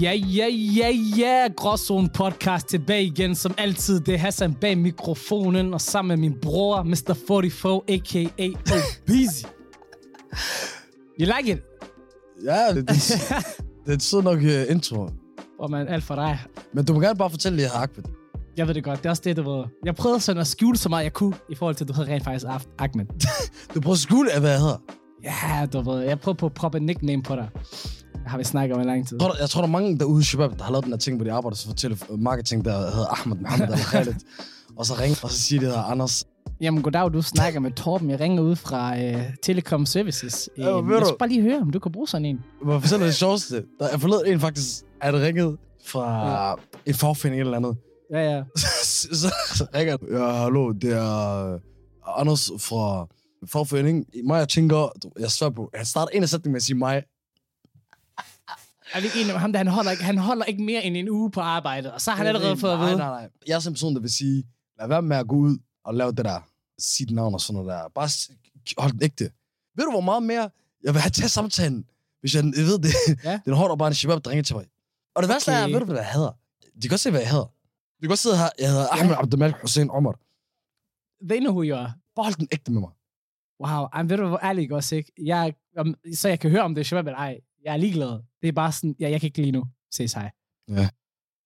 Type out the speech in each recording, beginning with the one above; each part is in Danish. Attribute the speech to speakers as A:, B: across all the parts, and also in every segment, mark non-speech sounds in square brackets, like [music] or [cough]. A: Ja, ja, ja, ja, Gråzone Podcast tilbage igen, som altid. Det er Hassan bag mikrofonen, og sammen med min bror, Mr. 44, a.k.a. Obese. You like
B: [laughs]
A: it?
B: Ja, [laughs] det, det, det er sød nok uh, intro.
A: Og man, alt for dig.
B: Men du må gerne bare fortælle lige her, Ahmed.
A: Jeg ved det godt, det er også det, du ved. Jeg prøvede sådan at skjule så meget, jeg kunne, i forhold til, at du havde rent faktisk haft Ahmed.
B: Du prøver at skjule af, hvad jeg hedder.
A: Ja, du ved, jeg prøvede på at proppe et nickname på dig. Det har vi snakket om i lang tid.
B: Jeg tror, der, jeg tror, der er mange derude i Shabab, der har lavet den her ting, hvor de arbejder så fortæller øh, marketing, der hedder Ahmed Mohammed eller [laughs] Khaled. og så ringer og så siger de, der Anders.
A: Jamen, goddag, du snakker med Torben. Jeg ringer ud fra øh, Telekom Services. Øh,
B: Ja, hvad ved
A: jeg
B: du?
A: skal bare lige høre, om du kan bruge sådan en.
B: Hvor fortæller det sjoveste? Der er forleden en faktisk, at ringet fra en fagforening eller andet. [laughs]
A: Ja, ja.
B: så, så ringer den. Ja, hallo, det er øh, Anders fra fagforeningen. Mig, jeg tænker, du, jeg svær på, han starter en af sætningen med at sige mig.
A: Er vi ikke enige om ham, der han holder, ikke, han holder ikke mere end en uge på arbejdet, og så har han allerede fået at
B: nej,
A: vide.
B: Nej, nej, Jeg er sådan en person, der vil sige, lad være med at gå ud og lave det der, sit navn og sådan noget der. Bare s- hold den ægte. Ved du, hvor meget mere jeg vil have til samtalen, hvis jeg, jeg ved [laughs] det?
A: Ja.
B: Den hårdt og bare en shabab, der ringer til mig. Og det værste
A: Okay.
B: er, ved du, hvad jeg hader? De kan godt se, hvad jeg hader. De kan godt sidde her, jeg hedder Ahmed Abdelmalik Hussein Omar.
A: They know who you are.
B: Bare hold den ægte med mig.
A: Wow, Ej, men ved du, hvor ærlig ikke også, ikke? Jeg, er- om, så jeg kan høre, om det er shabab eller ej. Jeg er ligeglad. Det er bare sådan, ja, jeg kan ikke lige nu. Ses hej.
B: Ja.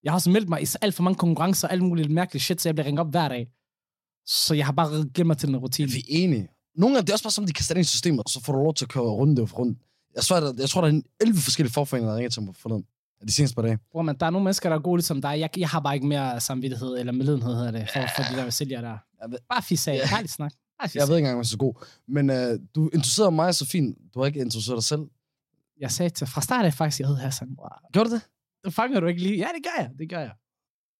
A: Jeg har også meldt mig i alt for mange konkurrencer og alt muligt mærkeligt shit, så jeg bliver ringet op hver dag. Så jeg har bare glemt mig til en rutine.
B: Vi er enige. Nogle gange, det er også bare som, de kaster ind i systemet, og så får du lov til at køre runde og rundt. Jeg, svær, der, jeg tror, der er en 11 forskellige fagforeninger, der ringer til mig forleden. De seneste par dage.
A: Bror, man, der er nogle mennesker, der er gode ligesom dig. Jeg, jeg har bare ikke mere samvittighed eller medlidenhed, hedder det, for, for de der sælgere der.
B: Jeg ved-
A: Bare fisse af.
B: Ja.
A: Yeah. Herligt snak. Bare fisse
B: Jeg
A: jeg,
B: ved ikke engang, om jeg er så god. Men øh, du introducerede mig så fint. Du har ikke introduceret dig selv.
A: jeg sagde til, fra start af faktisk, jeg hed Hassan. Bror.
B: Gjorde du det?
A: Det fanger du ikke lige. Ja, det gør jeg. Det gør jeg.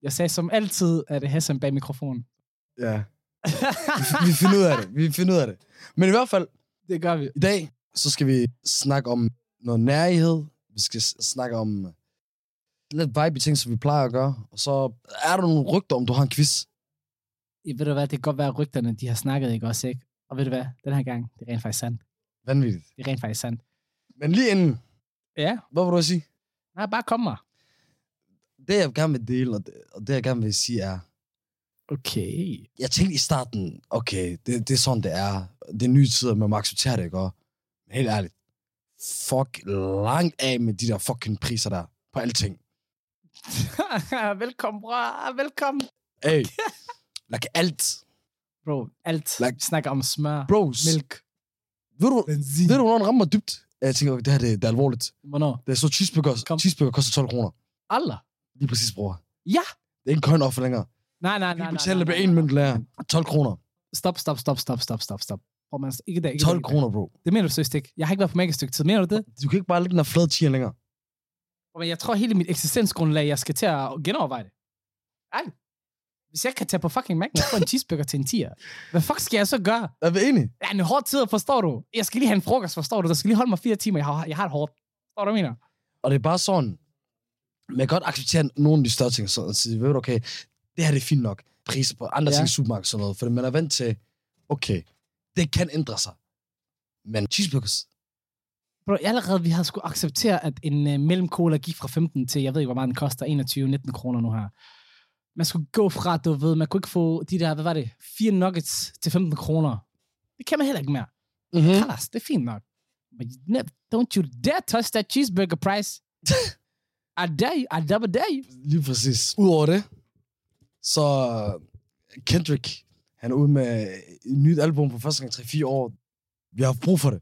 A: Jeg sagde som altid, at det Hassan bag mikrofonen.
B: Ja. Vi finder ud af det. Vi finder ud af det. Men i hvert fald,
A: det gør vi.
B: i dag, så skal vi snakke om noget nærighed. Vi skal s- snakke om øh, lidt vibe ting, som vi plejer at gøre. Og så er der nogle rygter, om du har en quiz.
A: I ved du hvad, det kan godt være, at rygterne de har snakket, ikke også, ikke? Og ved du hvad, den her gang, det er rent faktisk sandt.
B: Vanvittigt.
A: Det er rent faktisk sandt.
B: Men lige inden,
A: Ja,
B: hvad vil du sige?
A: nej, bare kom mig.
B: det jeg gerne vil dele, og det, og det jeg gerne vil sige er,
A: Okay.
B: jeg tænkte i starten, okay, det, det er sådan, det er. Det er nye tider, man må acceptere det, ikke? Og, men helt ærligt, fuck langt af med de der fucking priser der, på alting.
A: [laughs] velkommen, bror. Velkommen.
B: Hey, [laughs] like alt.
A: Bro, alt.
B: Like-
A: Vi snakker om smør,
B: Bros, Mil-
A: mælk,
B: ved, du,
A: benzin.
B: ved du, hvornår den rammer mig dybt? Jeg tænker, okay, det her det, det er alvorligt.
A: Hvornår?
B: Det er så cheeseburger,
A: Kom.
B: cheeseburger koster 12 kroner.
A: Aller.
B: Lige præcis, bror.
A: Ja.
B: Det er ikke en coin offer længere.
A: Nej, nej,
B: Vi
A: nej.
B: betaler
A: nej,
B: med
A: nej,
B: en
A: nej.
B: mønt lærer. 12 kroner.
A: Stop, stop, stop, stop, stop, stop, stop. Bro, man, ikke der, ikke der,
B: 12
A: ikke der.
B: kroner, bro.
A: Det mener du seriøst ikke. Jeg har ikke været på mega stykke tid. Mener du det?
B: Du kan ikke bare lægge den her flade tier længere.
A: Bro, men jeg tror hele mit eksistensgrundlag, jeg skal til at genoverveje det. Ærligt. Hvis jeg kan tage på fucking Mac og få en cheeseburger til en tier, hvad fuck skal jeg så gøre?
B: Er vi enige?
A: Jeg er en hård tid, forstår du? Jeg skal lige have en frokost, forstår du? Der skal lige holde mig fire timer. Jeg har, jeg har det hårdt. Forstår du, hvad jeg mener?
B: Og det er bare sådan, man kan godt acceptere nogle af de større ting, sådan at sige, ved du, okay, det her det er fint nok, priser på andre
A: Ja.
B: ja. ting i supermarkedet og sådan noget, for man er vant til, okay, det kan ændre sig. Men cheeseburgers,
A: Bro, allerede vi har skulle acceptere, at en uh, mellemcola gik fra 15 til, jeg ved ikke, hvor meget den koster, 21-19 kroner nu her. Man skulle gå fra, du ved, man kunne ikke få de der, hvad var det, fire nuggets til 15 kroner. Det kan man heller ikke mere.
B: mm-hmm.
A: Kalas, det er fint nok. But you never, don't you dare touch that cheeseburger price. [laughs] I dare you, I double dare you.
B: lige præcis. Udover det, så øh, Kendrick, han er ude med et nyt album på første gang 3-4 år. Vi har haft brug for det.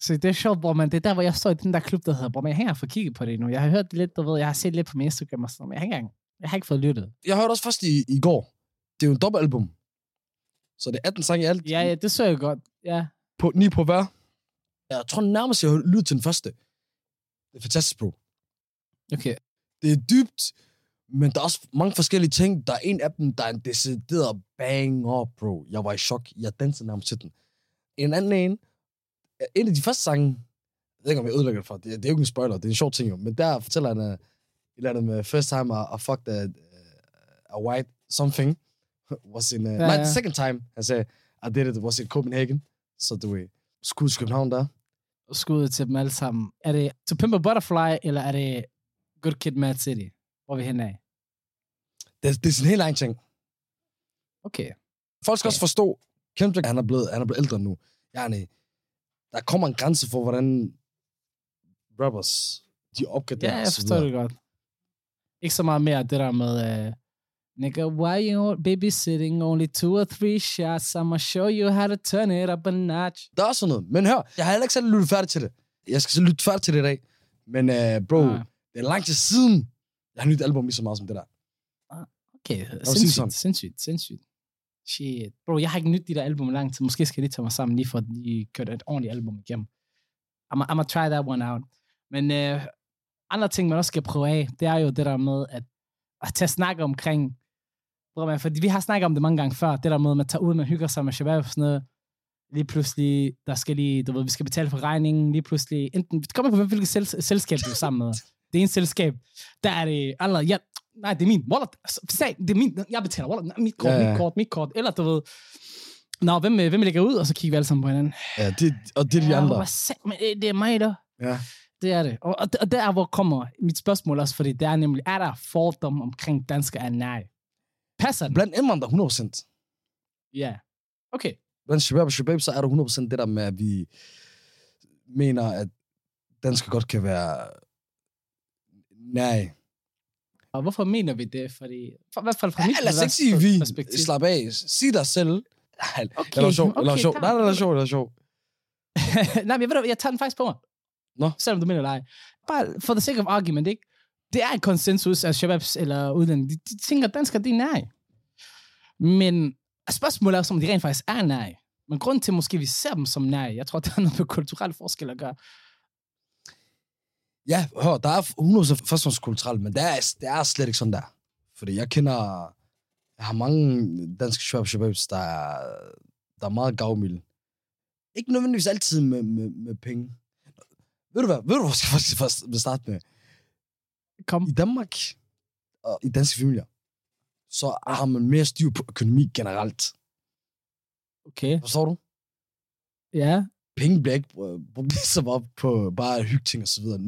A: Så det er sjovt, bror, man. Det er der, hvor jeg står i den der klub, der hedder, bror, men jeg har ikke fået kigget på det endnu. Jeg har hørt det lidt, du ved, jeg har set lidt på min Instagram og sådan noget, men jeg har ikke engang, jeg har ikke fået lyttet.
B: Jeg hørte også først i, i går. Det er jo en dobbeltalbum. Så det er 18 sange i alt.
A: Ja, ja, det så jeg godt. Ja,
B: på, ni på hver. Jeg tror nærmest, jeg har lyttet til den første. Det er fantastisk, bro.
A: okay.
B: Det er dybt, men der er også mange forskellige ting. Der er en af dem, der er en decideret banger, bro. Jeg var i chok. Jeg dansede nærmest til den. En anden en, en af de første sange, Jeg ved ikke, om jeg ødelægger det for. Det, det er jo ikke en spoiler, det er en sjov ting jo. Men der fortæller han øh, et eller andet med first time I, I fucked a, a white something. [laughs] Was in, uh, ja, nej,
A: ja.
B: the second time, han sagde, I did it, was in Copenhagen. Så du ved, skud til København der.
A: Skud til dem alle sammen. Er det To Pimp a Butterfly, eller er det Good Kid, Mad City? Hvor er vi hen af?
B: Det, det er sin helt egen ting.
A: Okay.
B: Folk skal
A: Ja.
B: også forstå, Kendrick, han er blevet, han er blevet ældre nu. Yani, der kommer en grænse for, hvordan rappers, de opgraderer.
A: Ja, jeg
B: og så
A: forstår
B: videre.
A: det godt. Ikke så meget mere det der med, uh, nigga, why you babysitting only two or three shots? I'ma show you how to turn it up a notch.
B: Der er også noget. Men hør, jeg har heller ikke selv lyttet færdigt til det. Jeg skal så lytte færdigt til det i dag. Men øh, bro,
A: Nej.
B: det er lang tid siden, jeg har nyt album lige så meget som det der.
A: Okay,
B: sige sådan.
A: sindssygt, sindssygt, sindssygt. Shit. Bro, jeg har ikke nydt de der album i lang tid. Måske skal jeg lige tage mig sammen lige for at lige køre et ordentligt album igennem. I'm gonna try that one out. Men øh, andre ting, man også skal prøve af, det er jo det der med at, at tage snakke omkring, bror, man, fordi vi har snakket om det mange gange før, det der med, at man tager ud, man hygger sig med shabab og sådan noget, lige pludselig, der skal lige, du ved, vi skal betale for regningen, lige pludselig, enten, det kommer på, hvilket sel- selskab du er sammen med. Det ene selskab, der er det allerede, ja, nej, det er min wallet, Altså, sag, det er min, jeg betaler wallet, nej, mit kort,
B: Ja, ja.
A: mit kort, mit kort, eller du ved, Nå, hvem, øh, hvem lægger ud, og så kigger vi alle sammen på hinanden.
B: Ja, det, og det er de
A: Ja,
B: andre.
A: hvad sat- men øh, det, det er mig, der.
B: Ja.
A: Det er det. Og, og, og der, hvor kommer mit spørgsmål også, fordi det er nemlig, er der fordom omkring danskere? Ja, nej. Passer den?
B: Blandt indvandrere 100%.
A: Ja. Okay.
B: Blandt shabab og shabab, så er der 100% det der med, at vi mener, at danskere godt kan være... Nej.
A: Og hvorfor mener vi det? Fordi, for, i hvert fald fra mit
B: Ja, lad os ikke
A: pers-
B: sige vi.
A: perspektiv.
B: Slap af. Sig dig selv. Nej,
A: Okay,
B: det var sjovt. Det var
A: okay,
B: sjovt. Nej,
A: klar.
B: det var sjovt. Det var sjovt.
A: Nej, men jeg, ved, du hvad, jeg tager den faktisk på mig.
B: Nå.
A: Selvom du mener dig. Bare for the sake of argument, ikke? Det er en konsensus af shababs eller udlændinge. De, de tænker, at danskere, de er nej. Men spørgsmålet er også, om de rent faktisk er nej. Men grunden til, at måske vi ser dem som nej, jeg tror, det har noget med kulturelle forskelle at gøre.
B: Ja, hør, der er 100% førstehåndskulturelt, men det er, det er slet ikke sådan der. Fordi jeg kender... Jeg har mange danske shabab shababs, der er, der er meget gavmilde. Ikke nødvendigvis altid med, med, med penge. Ved du hvad? Ved du, hvor jeg faktisk først vil starte med?
A: Kom.
B: I Danmark og i danske familier, så har man mere styr på økonomi generelt.
A: Okay.
B: Forstår du?
A: Ja.
B: Penge bliver ikke øh, brugt så meget på bare at hygge ting og så videre.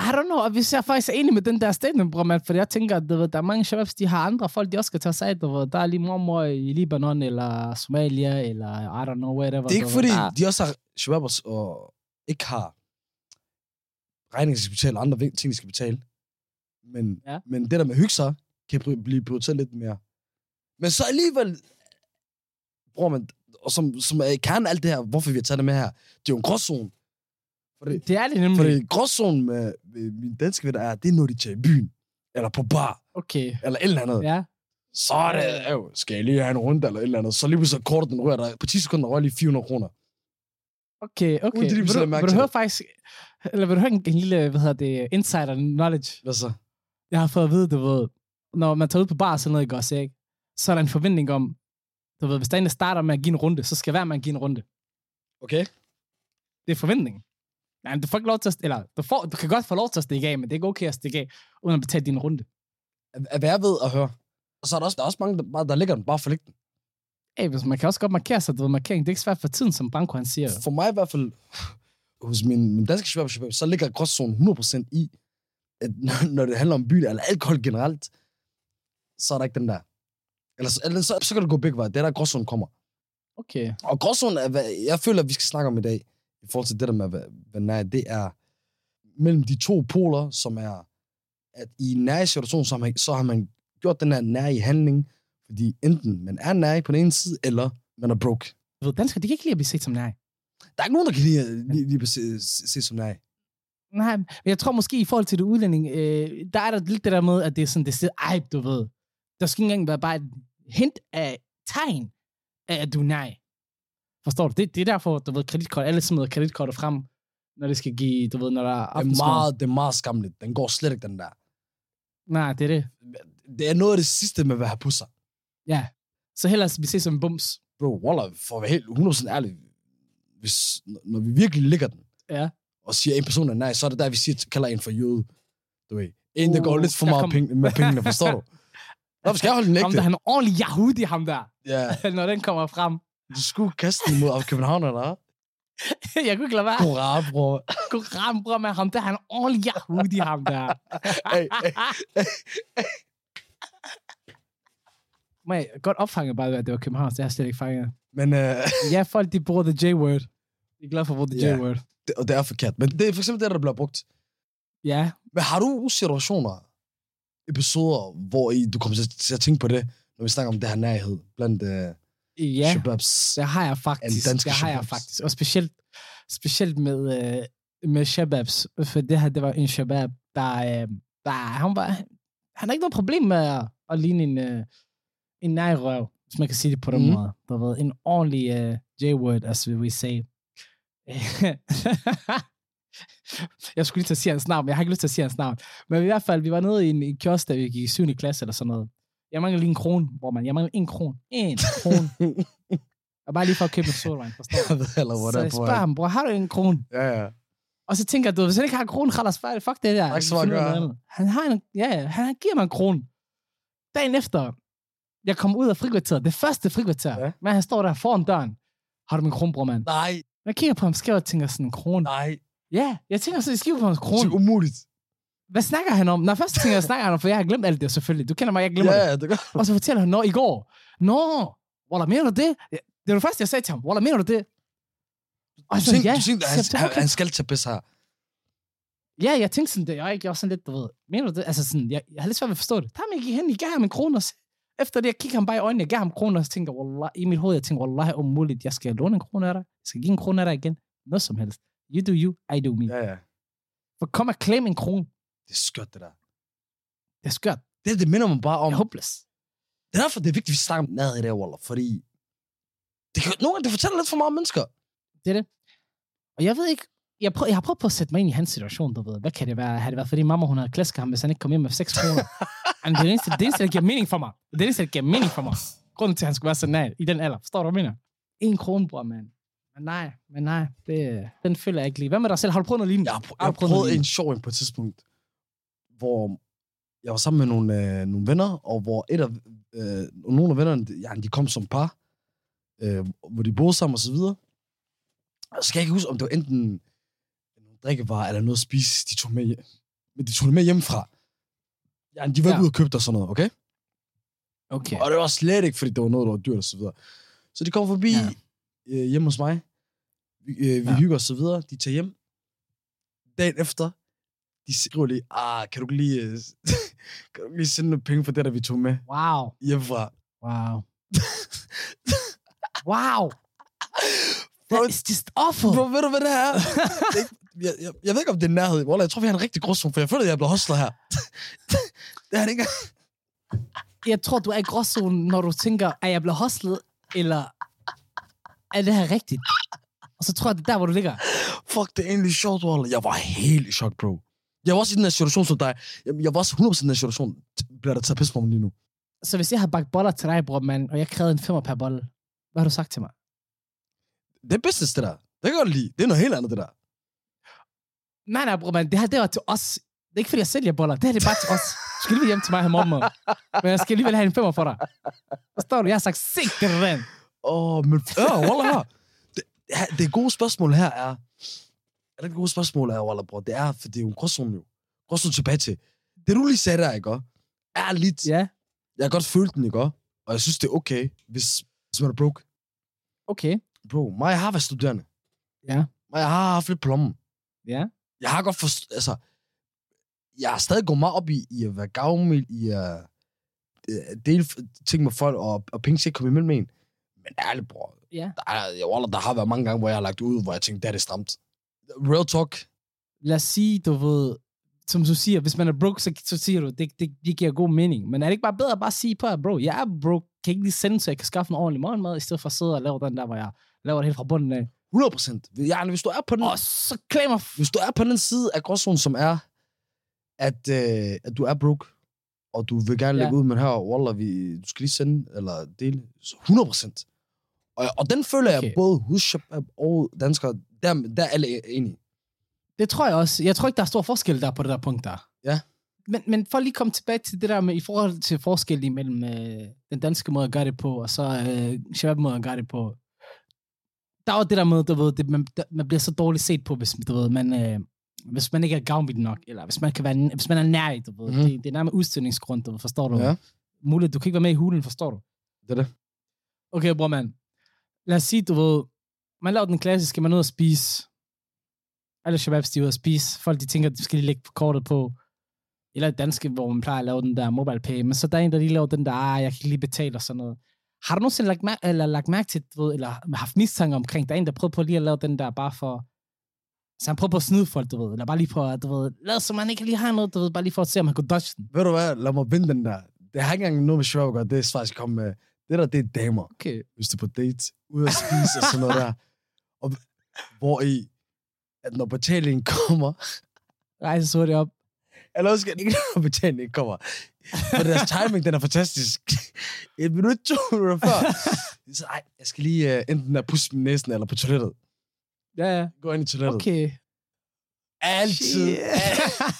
A: I don't know, og hvis jeg faktisk er enig med den der statement, bror, man, for jeg tænker, at du ved, der er mange shababs, de har andre folk, de også skal tage sig af, du ved, der er lige mormor i Libanon, eller Somalia, eller I don't know, whatever.
B: Det er
A: du
B: ikke
A: ved,
B: fordi,
A: der-
B: de også har shababs og ikke har regninger, de skal betale, og andre ving- ting, de skal betale. Men,
A: Ja.
B: ja. men det der med at hygge sig, kan pri- blive prioriteret lidt mere. Men så alligevel, bror man, og som, som er i kernen af alt det her, hvorfor vi har taget det med her, det er jo en gråzone. Fordi,
A: Det er det nemlig.
B: fordi gråzonen med, med mine danske venner er, det er når de tager i byen, eller på bar,
A: Okay,
B: eller et eller andet.
A: ja.
B: Så er det, Øh, jo, skal jeg lige have en runde eller et eller andet. Så lige pludselig kortet den rører der. På 10 sekunder rører lige 400 kroner.
A: Okay, okay.
B: Uden det, de
A: vil,
B: selv
A: du,
B: mærke
A: vil du
B: til
A: høre faktisk... Eller vil du høre en, en lille, hvad hedder det, insider knowledge?
B: Hvad så?
A: Jeg har fået at vide, du ved, når man tager ud på bar og sådan noget, ikke også, ikke? Så er der en forventning om, du ved, hvis der er en, der starter med at give en runde, så skal hver man give en runde.
B: Okay.
A: Det er forventningen. Nej, men du får ikke lov til at, eller du, får, du kan godt få lov til at stikke af, men det er ikke okay at stikke af, uden at betale din runde.
B: At, at være ved at høre. Og så er der også, der er også mange, der, bare, der ligger den bare for liggen.
A: Hey, hvis man kan også godt markere sig, du ved, markering, det er ikke svært for tiden, som Branko han siger.
B: For mig i hvert fald, hos min, min danske shabab, shabab, så ligger gråzonen 100% i, at når, når det handler om byen eller alkohol generelt, så er der ikke den der. Eller, så- eller så, så kan det gå begge veje. Det er der, gråzonen kommer.
A: Okay,
B: Og gråzonen er, hvad jeg føler, at vi skal snakke om i dag, i forhold til det der med, hvad, hvad nej, det er mellem de to poler, som er, at i nære situation, så har man, så har man gjort den her nære i handling, fordi enten man er nære på den ene side, eller man er broke.
A: du ved, danskere, de kan ikke lide at blive set som nej.
B: Der er ikke nogen, der kan lige, lige, lige se, se som nej.
A: Nej, men jeg tror måske i forhold til det udlænding, øh, der er der lidt det der med, at det er sådan, det sidder, ej, du ved. Der skal ikke engang være bare et hint af tegn af, at du er nej. Forstår du? Det, det er derfor, du ved, kreditkort, alle smider kreditkortet frem, når det skal give, du ved, når der er
B: Det er,
A: aftensmad.
B: meget, det er meget skamligt. Den går slet ikke, den der.
A: Nej, det er det.
B: Det er noget af det sidste, man vil have på sig.
A: Ja. Så hellere vi ses som en bums.
B: bro, Waller, for at være helt 100% ærlig, hvis, når vi virkelig ligger den,
A: Ja.
B: og siger, en person er nej, så er det der, vi siger, kalder en for jøde. Du ved, en, der
A: Uh,
B: går lidt for
A: der
B: meget
A: kom-
B: penge, med pengene, forstår
A: [laughs]
B: du? Hvorfor skal jeg holde den
A: Ham der,
B: ægte?
A: han er ordentlig Yahudi, ham der, [laughs]
B: Ja,
A: når den kommer frem. [laughs]
B: du skulle kaste den mod København, eller hvad?
A: jeg kunne ikke lade være.
B: Hurra, bror.
A: Gå ram, bror, med ham der, han er ordentlig Yahudi, ham der.
B: Ey, ey,
A: Må jeg godt opfanget bare, at det var København, det har jeg slet ikke fanget.
B: Men øh,
A: Ja, folk, de bruger the J-word. Jeg er glad for at bruge the
B: Ja.
A: J-word.
B: det, og det er forkert. Men det er for eksempel det, der bliver brugt.
A: Ja,
B: Men har du situationer, episoder, hvor I, du kommer til at- til at tænke på det, når vi snakker om det her nærhed blandt øh,
A: ja.
B: shababs? [laughs]
A: Det har jeg faktisk.
B: dansk
A: Det har jeg
B: shababs.
A: faktisk. Og specielt, specielt med, øh, med shababs. For det her, det var en shabab, der, øh, der han, var, han har ikke noget problem med at, at ligne en, øh, en nejrøv, hvis man kan sige det på den
B: Mhm.
A: mm. måde. Der har været en ordentlig øh, J-word, as we we say. [laughs] jeg skulle lige til at sige hans navn, men jeg har ikke lyst til at sige hans navn. Men i hvert fald, vi var nede i en, en kiosk, da vi gik i 7. klasse eller sådan noget. Jeg mangler lige en krone, hvor man, jeg mangler en krone. En krone. Og bare lige for at købe en sodavand, forstår du?
B: Jeg ved heller, hvor
A: Så
B: det er
A: jeg
B: på.
A: spørger ham, bror, har du en krone?
B: Ja, ja.
A: Og så tænker jeg, du, ved, hvis han ikke har en krone, Khalas, fuck det der. Jeg
B: ikke så
A: kan
B: meget
A: finde
B: at
A: ud af
B: gøre.
A: noget andet. Han, har en, ja, ja, han giver mig en krone. Dagen efter, jeg kom ud af frikvarteret, det første frikvarter,
B: Ja.
A: ja. men han står der foran døren. Har du min krone, bror, mand?
B: Nej,
A: Jeg kigger på ham skævt og tænker sådan, en krone.
B: nej.
A: Ja, jeg tænker sådan, jeg skriver på hans
B: Det
A: krone.
B: er umuligt.
A: Hvad snakker han om? Når først tænker jeg, snakker han om, for jeg har glemt alt det selvfølgelig. Du kender mig, jeg glemmer
B: Ja,
A: det.
B: ja, det gør
A: Og så fortæller han, nå, i går. Nå, Walla, mener du det? Ja, Det var det første, jeg sagde til ham. Walla, mener du det? Og
B: Du
A: jeg sagde,
B: tænkte,
A: ja.
B: du tænkte
A: Så
B: han,
A: jeg sagde,
B: altså, han,
A: "Okay."
B: han skal tage pis her.
A: Ja, jeg tænkte sådan, det, jeg, ikke? jeg var sådan lidt, du ved, mener du det? Altså sådan, jeg, jeg havde lidt svært ved at forstå det. Der mig gik hen, jeg gav ham en krone, og så- efter det, jeg kiggede ham bare i øjnene, jeg gav ham en krone, og så tænkte jeg, wallah, i mit hoved, jeg tænkte, wallah, umuligt, jeg skal låne en krone af dig, jeg skal give en krone af dig igen, noget som helst. You do you, I do me.
B: Ja, ja.
A: For kom og claim en krone,
B: Det er skørt, det der.
A: det er skørt,
B: Det, det minder mig bare om.
A: det er hopeless.
B: Det er derfor, det er vigtigt, at vi snakker om nærhed i dag, Waller. Fordi det, kan, nogle gange, det fortæller lidt for meget om mennesker.
A: Og jeg ved ikke, jeg, prøv, jeg har prøvet på at sætte mig ind i hans situation, du ved. Hvad kan det være? Har det været, fordi mamma hun havde klasket ham, hvis han ikke kom hjem med 6 kroner? Men det er det eneste, det eneste, der giver mening for mig. Det er det eneste, der giver mening for mig. Grunden til, at han skulle være sådan nej, i den alder. Forstår du, hvad jeg mener? En krone, bror, mand. Men nej, men nej, det, den føler jeg ikke lige. Hvad med dig selv? Har du prøvet noget lignende?
B: Jeg har, prø- jeg har
A: prøvet
B: prøvet
A: noget
B: en sjov en på et tidspunkt, hvor jeg var sammen med nogle, øh, nogle venner, og hvor et af, øh, nogle af vennerne, de- ja, de kom som par, øh, hvor de boede sammen og så videre. Og så kan jeg ikke huske, om det var enten nogle drikkevarer eller noget at spise, de tog med hjem. Men de tog det med hjemmefra. Ja, de var ja.
A: Ja.
B: ude og købte og sådan noget, okay?
A: Okay.
B: Og det var slet ikke, fordi det var noget, der var dyrt og så videre. Så de kom forbi ja.
A: Ja.
B: øh, hjemme hos mig. Vi, øh, vi
A: Ja.
B: ja. hygger os så videre. De tager hjem. Dagen efter, de skriver lige, ah, kan du ikke lige, øh, [laughs] kan du ikke lige sende nogle penge for det, der vi tog med
A: Wow.
B: hjemmefra?
A: Wow. wow.
B: Bro,
A: That is just awful.
B: Bro, ved du, hvad det
A: [laughs]
B: her er? Det er ikke- jeg, jeg, jeg, ved ikke, om det er nærhed. Wallah, jeg tror, vi har en rigtig grusrum, for jeg føler, at jeg er blevet hostler her. [laughs] det er det ikke.
A: jeg tror, du er i gråzonen, når du tænker, at jeg blev hostlet, eller er det her rigtigt? Og så tror jeg, det er der, hvor du ligger.
B: Fuck, det er egentlig sjovt, Wallah. Jeg var helt i chok, bro. Jeg var også i den her situation som dig. Jeg, jeg var også 100% i den her situation. Bliver der taget pis på mig lige nu?
A: Så hvis jeg har bagt boller til dig, bror, mand, og jeg krævede en femmer per bolle, hvad har du sagt til mig?
B: Det er business, det der. Det kan jeg godt lide. Det er noget helt andet, det der.
A: Nej, nej, bror, mand, det her, det var til os. Det er ikke, fordi jeg sælger boller. Det her, det er bare til os. Du skal lige hjem til mig her morgen, men jeg skal alligevel have en femmer for dig. Forstår du? Jeg har sagt, sig det rent.
B: Åh, oh, men... Ja, Wallah. det, ja, det gode spørgsmål her er... Er det gode spørgsmål er, Wallah, bror? Det er, for det er jo en gråzone jo. Gråzone tilbage til. Det du lige sagde der, ikke? også, Er lidt...
A: Ja,
B: Jeg har godt følt den, ikke? også? Og jeg synes, det er okay, hvis, hvis man er broke.
A: okay.
B: Bro, mig jeg har været studerende.
A: Ja.
B: Mig jeg har haft lidt på lommen.
A: Ja.
B: Jeg har godt forstået... Altså, jeg har stadig gået meget op i, i at være gavmild, i at øh, dele f- ting med folk, og, og penge skal ikke komme imellem en. Men ærligt, bror.
A: Ja.
B: Der, er, jeg, wallah, der har været mange gange, hvor jeg har lagt ud, hvor jeg tænkte, der er det stramt. Real talk.
A: lad os sige, du ved, som du siger, hvis man er broke, så, så siger du, det, det, det giver god mening. Men er det ikke bare bedre at bare sige på, at bro, jeg er broke, kan ikke lige sende, så jeg kan skaffe en ordentlig morgenmad, i stedet for at sidde og lave den der, hvor jeg laver det helt fra bunden af.
B: 100 procent. Hvis du er på den...
A: Og så klemmer f-
B: hvis du er på den side af gråzonen, som er, at, øh, at du er broke, og du vil gerne
A: Ja.
B: lægge ud, men her, Wallah, vi, du skal lige sende, eller dele, så 100 procent. Og, og den føler okay. jeg
A: Okay.
B: både hos Shabab og danskere, der, der er alle enige.
A: Det tror jeg også. Jeg tror ikke, der er stor forskel der på det der punkt der.
B: Ja.
A: Men, men for at lige komme tilbage til det der med, i forhold til forskel imellem øh, den danske måde at gøre det på, og så øh, shabab måde at gøre det på. Der er jo det der med, du ved, det, man, der, man bliver så dårligt set på, hvis, du ved, man, øh, hvis man ikke er gavmild nok, eller hvis man, kan være, hvis man er nær i, du ved.
B: Mhm.
A: Mm. Det, det er nærmest udstødningsgrund, du ved, forstår du?
B: Ja.
A: Muligt, du kan ikke være med i hulen, forstår du?
B: Det er det.
A: Okay, bror mand. Lad os sige, du ved, man laver den klassiske, man er ude at spise. Alle shababs, de er ude at spise. Folk, de tænker, de skal lige lægge kortet på. Eller danske, hvor man plejer at lave den der mobile pay. Men så er der en, der lige laver den der, ah, jeg kan ikke lige betale og sådan noget. Har du nogensinde lagt, mær- eller lagt mærke til, du ved, eller haft mistanke omkring, der er en, der prøver på lige at lave den der, bare for... Så han prøver på at snyde folk, du ved. Eller bare lige på, at, du ved, lad som man ikke lige har noget, du ved, bare lige for at se, om han kunne dodge den.
B: Ved du hvad? Lad mig vinde den der. Det har ikke engang noget med shabab at gøre. Det er faktisk komme med. Det der, det er damer.
A: Okay.
B: hvis du er på date, ude at spise og sådan noget der. Og, hvor i, at når betalingen kommer,
A: Rejse så hurtigt op.
B: eller også [laughs] ikke, når betalingen kommer, for deres timing, den er fantastisk. Et minut, to minutter [laughs] før. Så, ej, jeg skal lige uh, enten at pusse min næsen eller på toilettet.
A: Ja, ja.
B: Gå ind i toilettet. Okay.
A: Okay.
B: Altid. [laughs]
A: Shit.
B: al-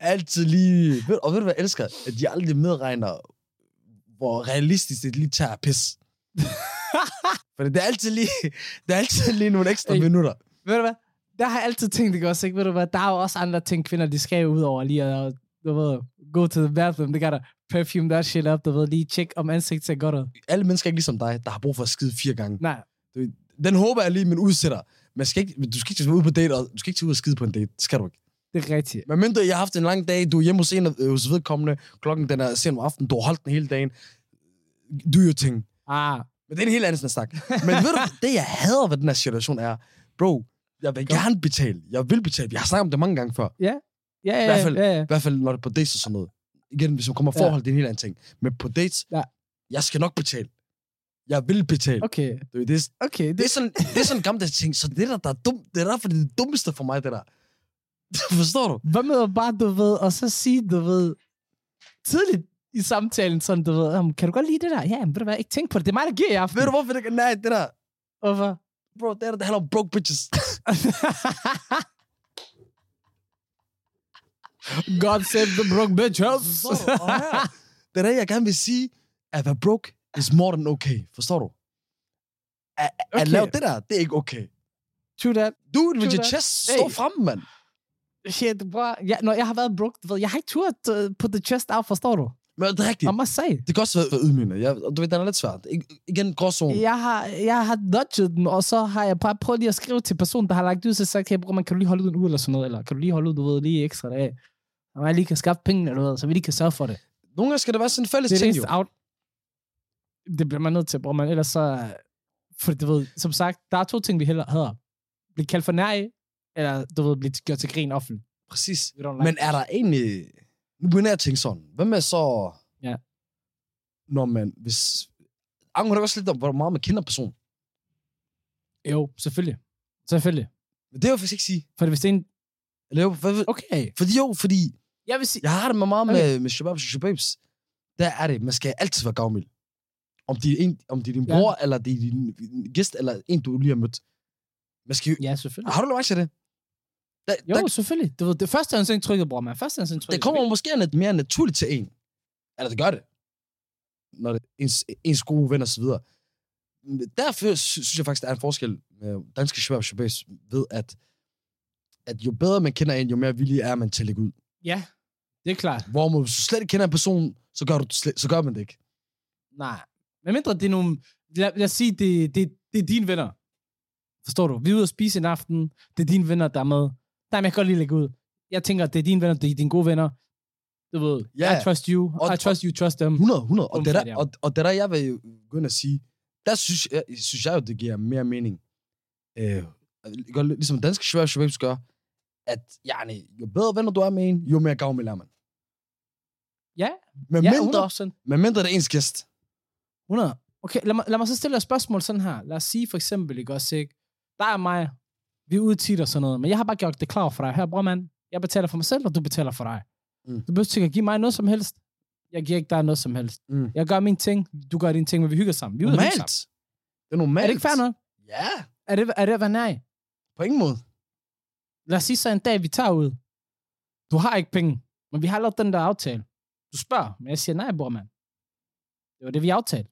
B: altid lige. Ved- Og ved du hvad, jeg elsker? At de aldrig medregner, hvor realistisk det lige tager at [laughs] pisse. For det er altid lige, det er altid lige nogle ekstra
A: Ey,
B: minutter.
A: Ved du hvad? Der har jeg altid tænkt, det også, ikke? Ved du hvad? Der er jo også andre ting, kvinder, de skal ud over lige at, du ved, go to the bathroom. Det gør der perfume that shit up, du ved, lige tjek om ansigt ser godt ud.
B: alle mennesker er ikke ligesom dig, der har brug for at skide fire gange.
A: Nej,
B: Den håber jeg lige, men udsætter. Man skal ikke, du skal ikke tage ud på date, og du skal ikke tage ud og skide på en date. Det skal du ikke.
A: det er rigtigt.
B: Men mindre jeg har haft en lang dag, du er hjemme hos en af- øh, hos vedkommende, klokken den er sent om aftenen, du har holdt den hele dagen. Do your thing.
A: Ah,
B: Men det er en helt anden snak. snak. Men ved du, det jeg hader ved den her situation er, bro, jeg vil
A: Kom.
B: gerne betale. Jeg vil betale. Jeg har snakket om det mange gange før.
A: ja,
B: I
A: ja,
B: hvert fald-
A: ja, ja.
B: I hvert fald, når det er på dates og sådan noget. Igen, hvis man kommer
A: Ja.
B: forhold, det er en helt anden ting. Men på dates,
A: Ja.
B: jeg skal nok betale. Jeg vil betale.
A: Okay,
B: Du ved, Det er
A: okay.
B: Det er sådan, det er sådan en gammeldags ting, så det der, der er dumt, det er derfor det, er det dummeste for mig, det der. [laughs] Forstår du?
A: Hvad med at bare, du ved, og så sige, du ved, tidligt i samtalen, sådan, du ved, "Om, kan du godt lide det der? Ja, men ved du hvad, ikke tænk på det. Det er mig, der giver i aften.
B: Ved du hvorfor det kan? Nej, det der,
A: Hvorfor?
B: bro, det der, det handler om broke
A: [laughs]
B: bitches.
A: God save the broke [laughs] bitches.
B: Forstår du? Og her, det er det, jeg gerne vil sige, at være broke is more than okay. Forstår du? At, okay. at
A: Okay.
B: lave det der, det er ikke okay.
A: True that.
B: Do it with
A: True
B: your
A: that.
B: chest. Stå
A: Hey.
B: frem, mand.
A: Shit, bror. Ja, når jeg har været broke, du ved, jeg har ikke turt uh, på the chest out, forstår du?
B: Men det er rigtigt.
A: I must say.
B: Det kan også være være ydmygende. Ja, og du ved, den er lidt svært. I- Igen, gråzone.
A: Jeg har, jeg har dodget den, og så har jeg bare prøvet lige at skrive til personen, der har lagt ud, så sagt, hey, bror, man kan du lige holde ud en uge eller sådan noget, eller kan du lige holde ud, du ved, lige ekstra dag. Og jeg lige kan skaffe penge, eller noget, så vi lige kan sørge for det.
B: Nogle gange skal det være sådan en fælles
A: Det er det
B: ting, jo.
A: eneste out. Det bliver man nødt til, bror, man. Ellers så... For du ved, som sagt, der er to ting, vi heller hader. Blive kaldt for nær i, eller du ved, blive gjort til grin offentligt.
B: Præcis.
A: We don't like
B: Men er der egentlig... Nu begynder jeg at tænke sådan. Hvad med så...
A: Ja.
B: Når man... Hvis... Angående også lidt om, hvor meget man kender personen.
A: it. Jo, selvfølgelig. Selvfølgelig.
B: Men det vil jeg faktisk ikke sige.
A: For hvis det er en...
B: Eller, jo, hvad, okay.
A: Okay.
B: Fordi jo, fordi
A: Jeg vil sige...
B: jeg har det med meget med, med shababs og shababs. Der er det, man skal altid være gavmild. Om det er, en, om det er din
A: Ja.
B: bror, eller det er din gæst, eller en, du lige har mødt. Man skal jo...
A: Ja, selvfølgelig.
B: Har du lagt mærke til det? Der,
A: Jo,
B: der,
A: selvfølgelig. Du ved, det første er en trykket, bror, man. Første er en trykket.
B: Ah, det kommer måske lidt mere naturligt til en. Eller det gør det. Når det er ens, ens gode venner osv. Derfor sy- synes jeg faktisk, der er en forskel med danske shabab og shababs ved, at, at jo bedre man kender en, jo mere villig er man til at lægge ud.
A: Ja, det er klart.
B: Hvor hvis du slet ikke kender en person, så gør, du det slet, så gør man det ikke.
A: Nej. Men mindre det er nogle... Lad, lad os sige, det, det, det er dine venner. Forstår du? Vi er ude at spise en aften. Det er dine venner, der er med. Der kan jeg godt lige lægge ud. Jeg tænker, det er dine venner, det er dine gode venner. Du ved,
B: Ja.
A: yeah. I trust you.
B: Og-
A: I trust you, trust them.
B: 100, 100. Og det,
A: Umfærdig,
B: der,
A: ja.
B: og, og det der, jeg vil jo gå ind og sige, der synes jeg, synes jeg jo, det giver mere mening. Øh, gør lidt ligesom danske shabab og shababs gør, at yani, jo bedre venner du er med en, jo mere gavmild er man.
A: Ja.
B: Men
A: Ja,
B: mindre,
A: 100%.
B: Men mindre det er ens gæst.
A: 100. Okay, lad mig, lad mig så stille dig et spørgsmål sådan her. Lad os sige for eksempel, ikke også, ikke? Der er mig. Vi er ude tit og sådan noget, men jeg har bare gjort det klar for dig. Her, bror mand, jeg betaler for mig selv, og du betaler for dig.
B: Mm.
A: Mm. Du behøver ikke at give mig noget som helst. Jeg giver ikke dig noget som helst.
B: Mm.
A: Jeg gør min ting, du gør din ting, men vi hygger sammen. Vi er ude og hygge sammen.
B: Normalt. Det er normalt.
A: Er det ikke fair nok?
B: Ja,
A: Er det, er det at være nej?
B: på ingen måde.
A: Lad os sige så en dag, vi tager ud. Du har ikke penge, men vi har lavet den der aftale. Du spørger, men jeg siger, nej, bror, mand. Det var det, vi aftalte.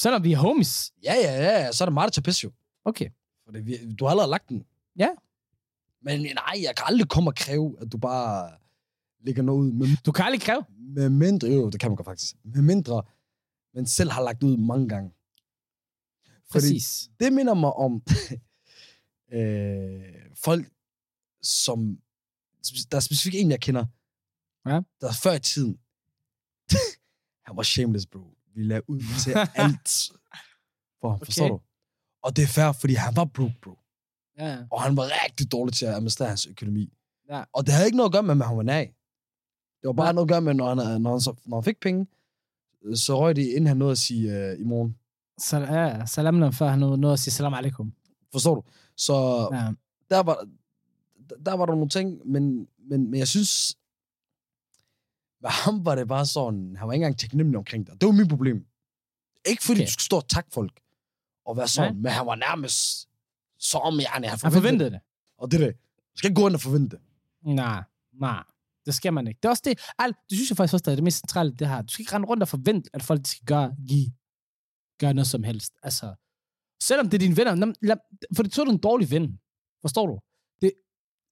A: Selvom vi er homies.
B: Ja, ja, ja, ja, så er det mig, der tager pis jo.
A: Okay.
B: Fordi vi, du har allerede lagt den.
A: Ja.
B: Men nej, jeg kan aldrig komme og kræve, at du bare lægger noget ud. Med,
A: Du kan aldrig kræve.
B: med mindre, jo, det kan man godt faktisk. Med mindre, man selv har lagt ud mange gange.
A: Præcis.
B: det minder mig om [laughs] øh, folk, som... Der er specifikt en, jeg kender,
A: Ja.
B: der før i tiden... [laughs] han var shameless, bro. Vi lagde ud
A: [laughs]
B: til alt for ham, okay. forstår
A: Okay.
B: du? Og det er fair, fordi han var broke, bro.
A: Ja, ja.
B: Og han var rigtig dårlig til at administrere hans økonomi.
A: Ja.
B: Og det havde ikke noget at gøre med, at han var nær. Det var
A: Nej.
B: bare Nej. noget at gøre med, når han, øh, når, han så, når han fik penge, øh, så røg det, inden han nåede at sige øh, i morgen.
A: Så, ja, salam alaikum, før han nåede nåede at sige salam alaikum.
B: Forstår du? Så
A: Ja.
B: der var, der- der var der nogle ting, men, men, men jeg synes, med ham var det bare sådan, han var ikke engang taknemmelig omkring det. Og Det var mit problem. Ikke fordi
A: Okay.
B: okay. du skulle stå og takke folk og være sådan, Nej. men han var nærmest som, ja, han
A: Han
B: forventede.
A: forventede det.
B: Og det er det. Du skal ikke gå ind og forvente det.
A: Nej, nej. Det skal man ikke. Det er også det, alt, det synes jeg faktisk også, der er det mest centrale, i det her. Du skal ikke rende rundt og forvente, at folk de skal gøre, give, gøre noget som helst. Altså, selvom det er dine venner, nam- lad, for det er du en dårlig ven. Forstår du? Det,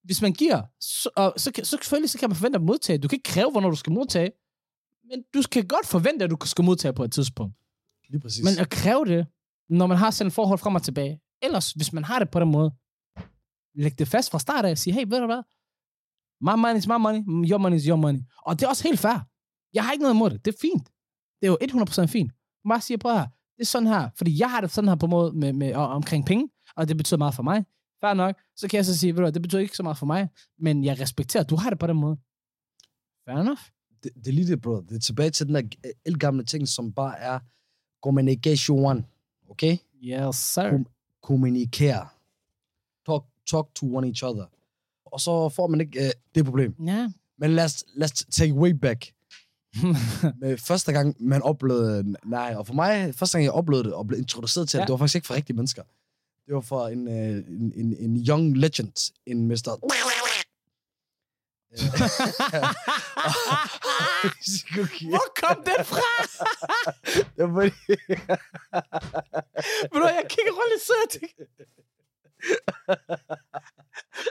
A: hvis man giver, så, og, så, kan- så selvfølgelig så kan man forvente at modtage. Du kan ikke kræve, hvornår du skal modtage, men du kan godt forvente, at du skal modtage på et tidspunkt.
B: Lige præcis.
A: Men at kræve det, når man har sådan et forhold frem og tilbage. Ellers, hvis man har det på den måde, læg det fast fra start af og sige, hey, ved du hvad? My money is my money, your money is your money. Og det er også helt fair. Jeg har ikke noget imod det. Det er fint. Det er jo 100% fint. Bare sige, prøv her, det er sådan her. Fordi jeg har det sådan her på måde med, med, og, omkring penge, og det betyder meget for mig. Fair nok. Så kan jeg så sige, ved du hvad, det betyder ikke så meget for mig, men jeg respekterer, at du har det på den måde. Fair enough.
B: det, det er lige det, bror. Det er tilbage til den der elgamle ting, som bare er communication. Okay?
A: Yes, sir.
B: Kom- Kommunikere. Talk, talk to one each other. Og så får man ikke øh, det problem.
A: Ja. [laughs]
B: Men lad os, lad os take way back. Med første gang, man oplevede... Nej, og for mig, første gang, jeg oplevede det og blev introduceret til ja.
A: Ja.
B: det, det var faktisk ikke for rigtige mennesker. Det var for en, øh, en, en, en young legend, en Øh. [laughs] Mr. okay.
A: Hvor kom den fra?
B: Det var
A: Ved du, hvad, jeg kigger rundt og sidder og tænker...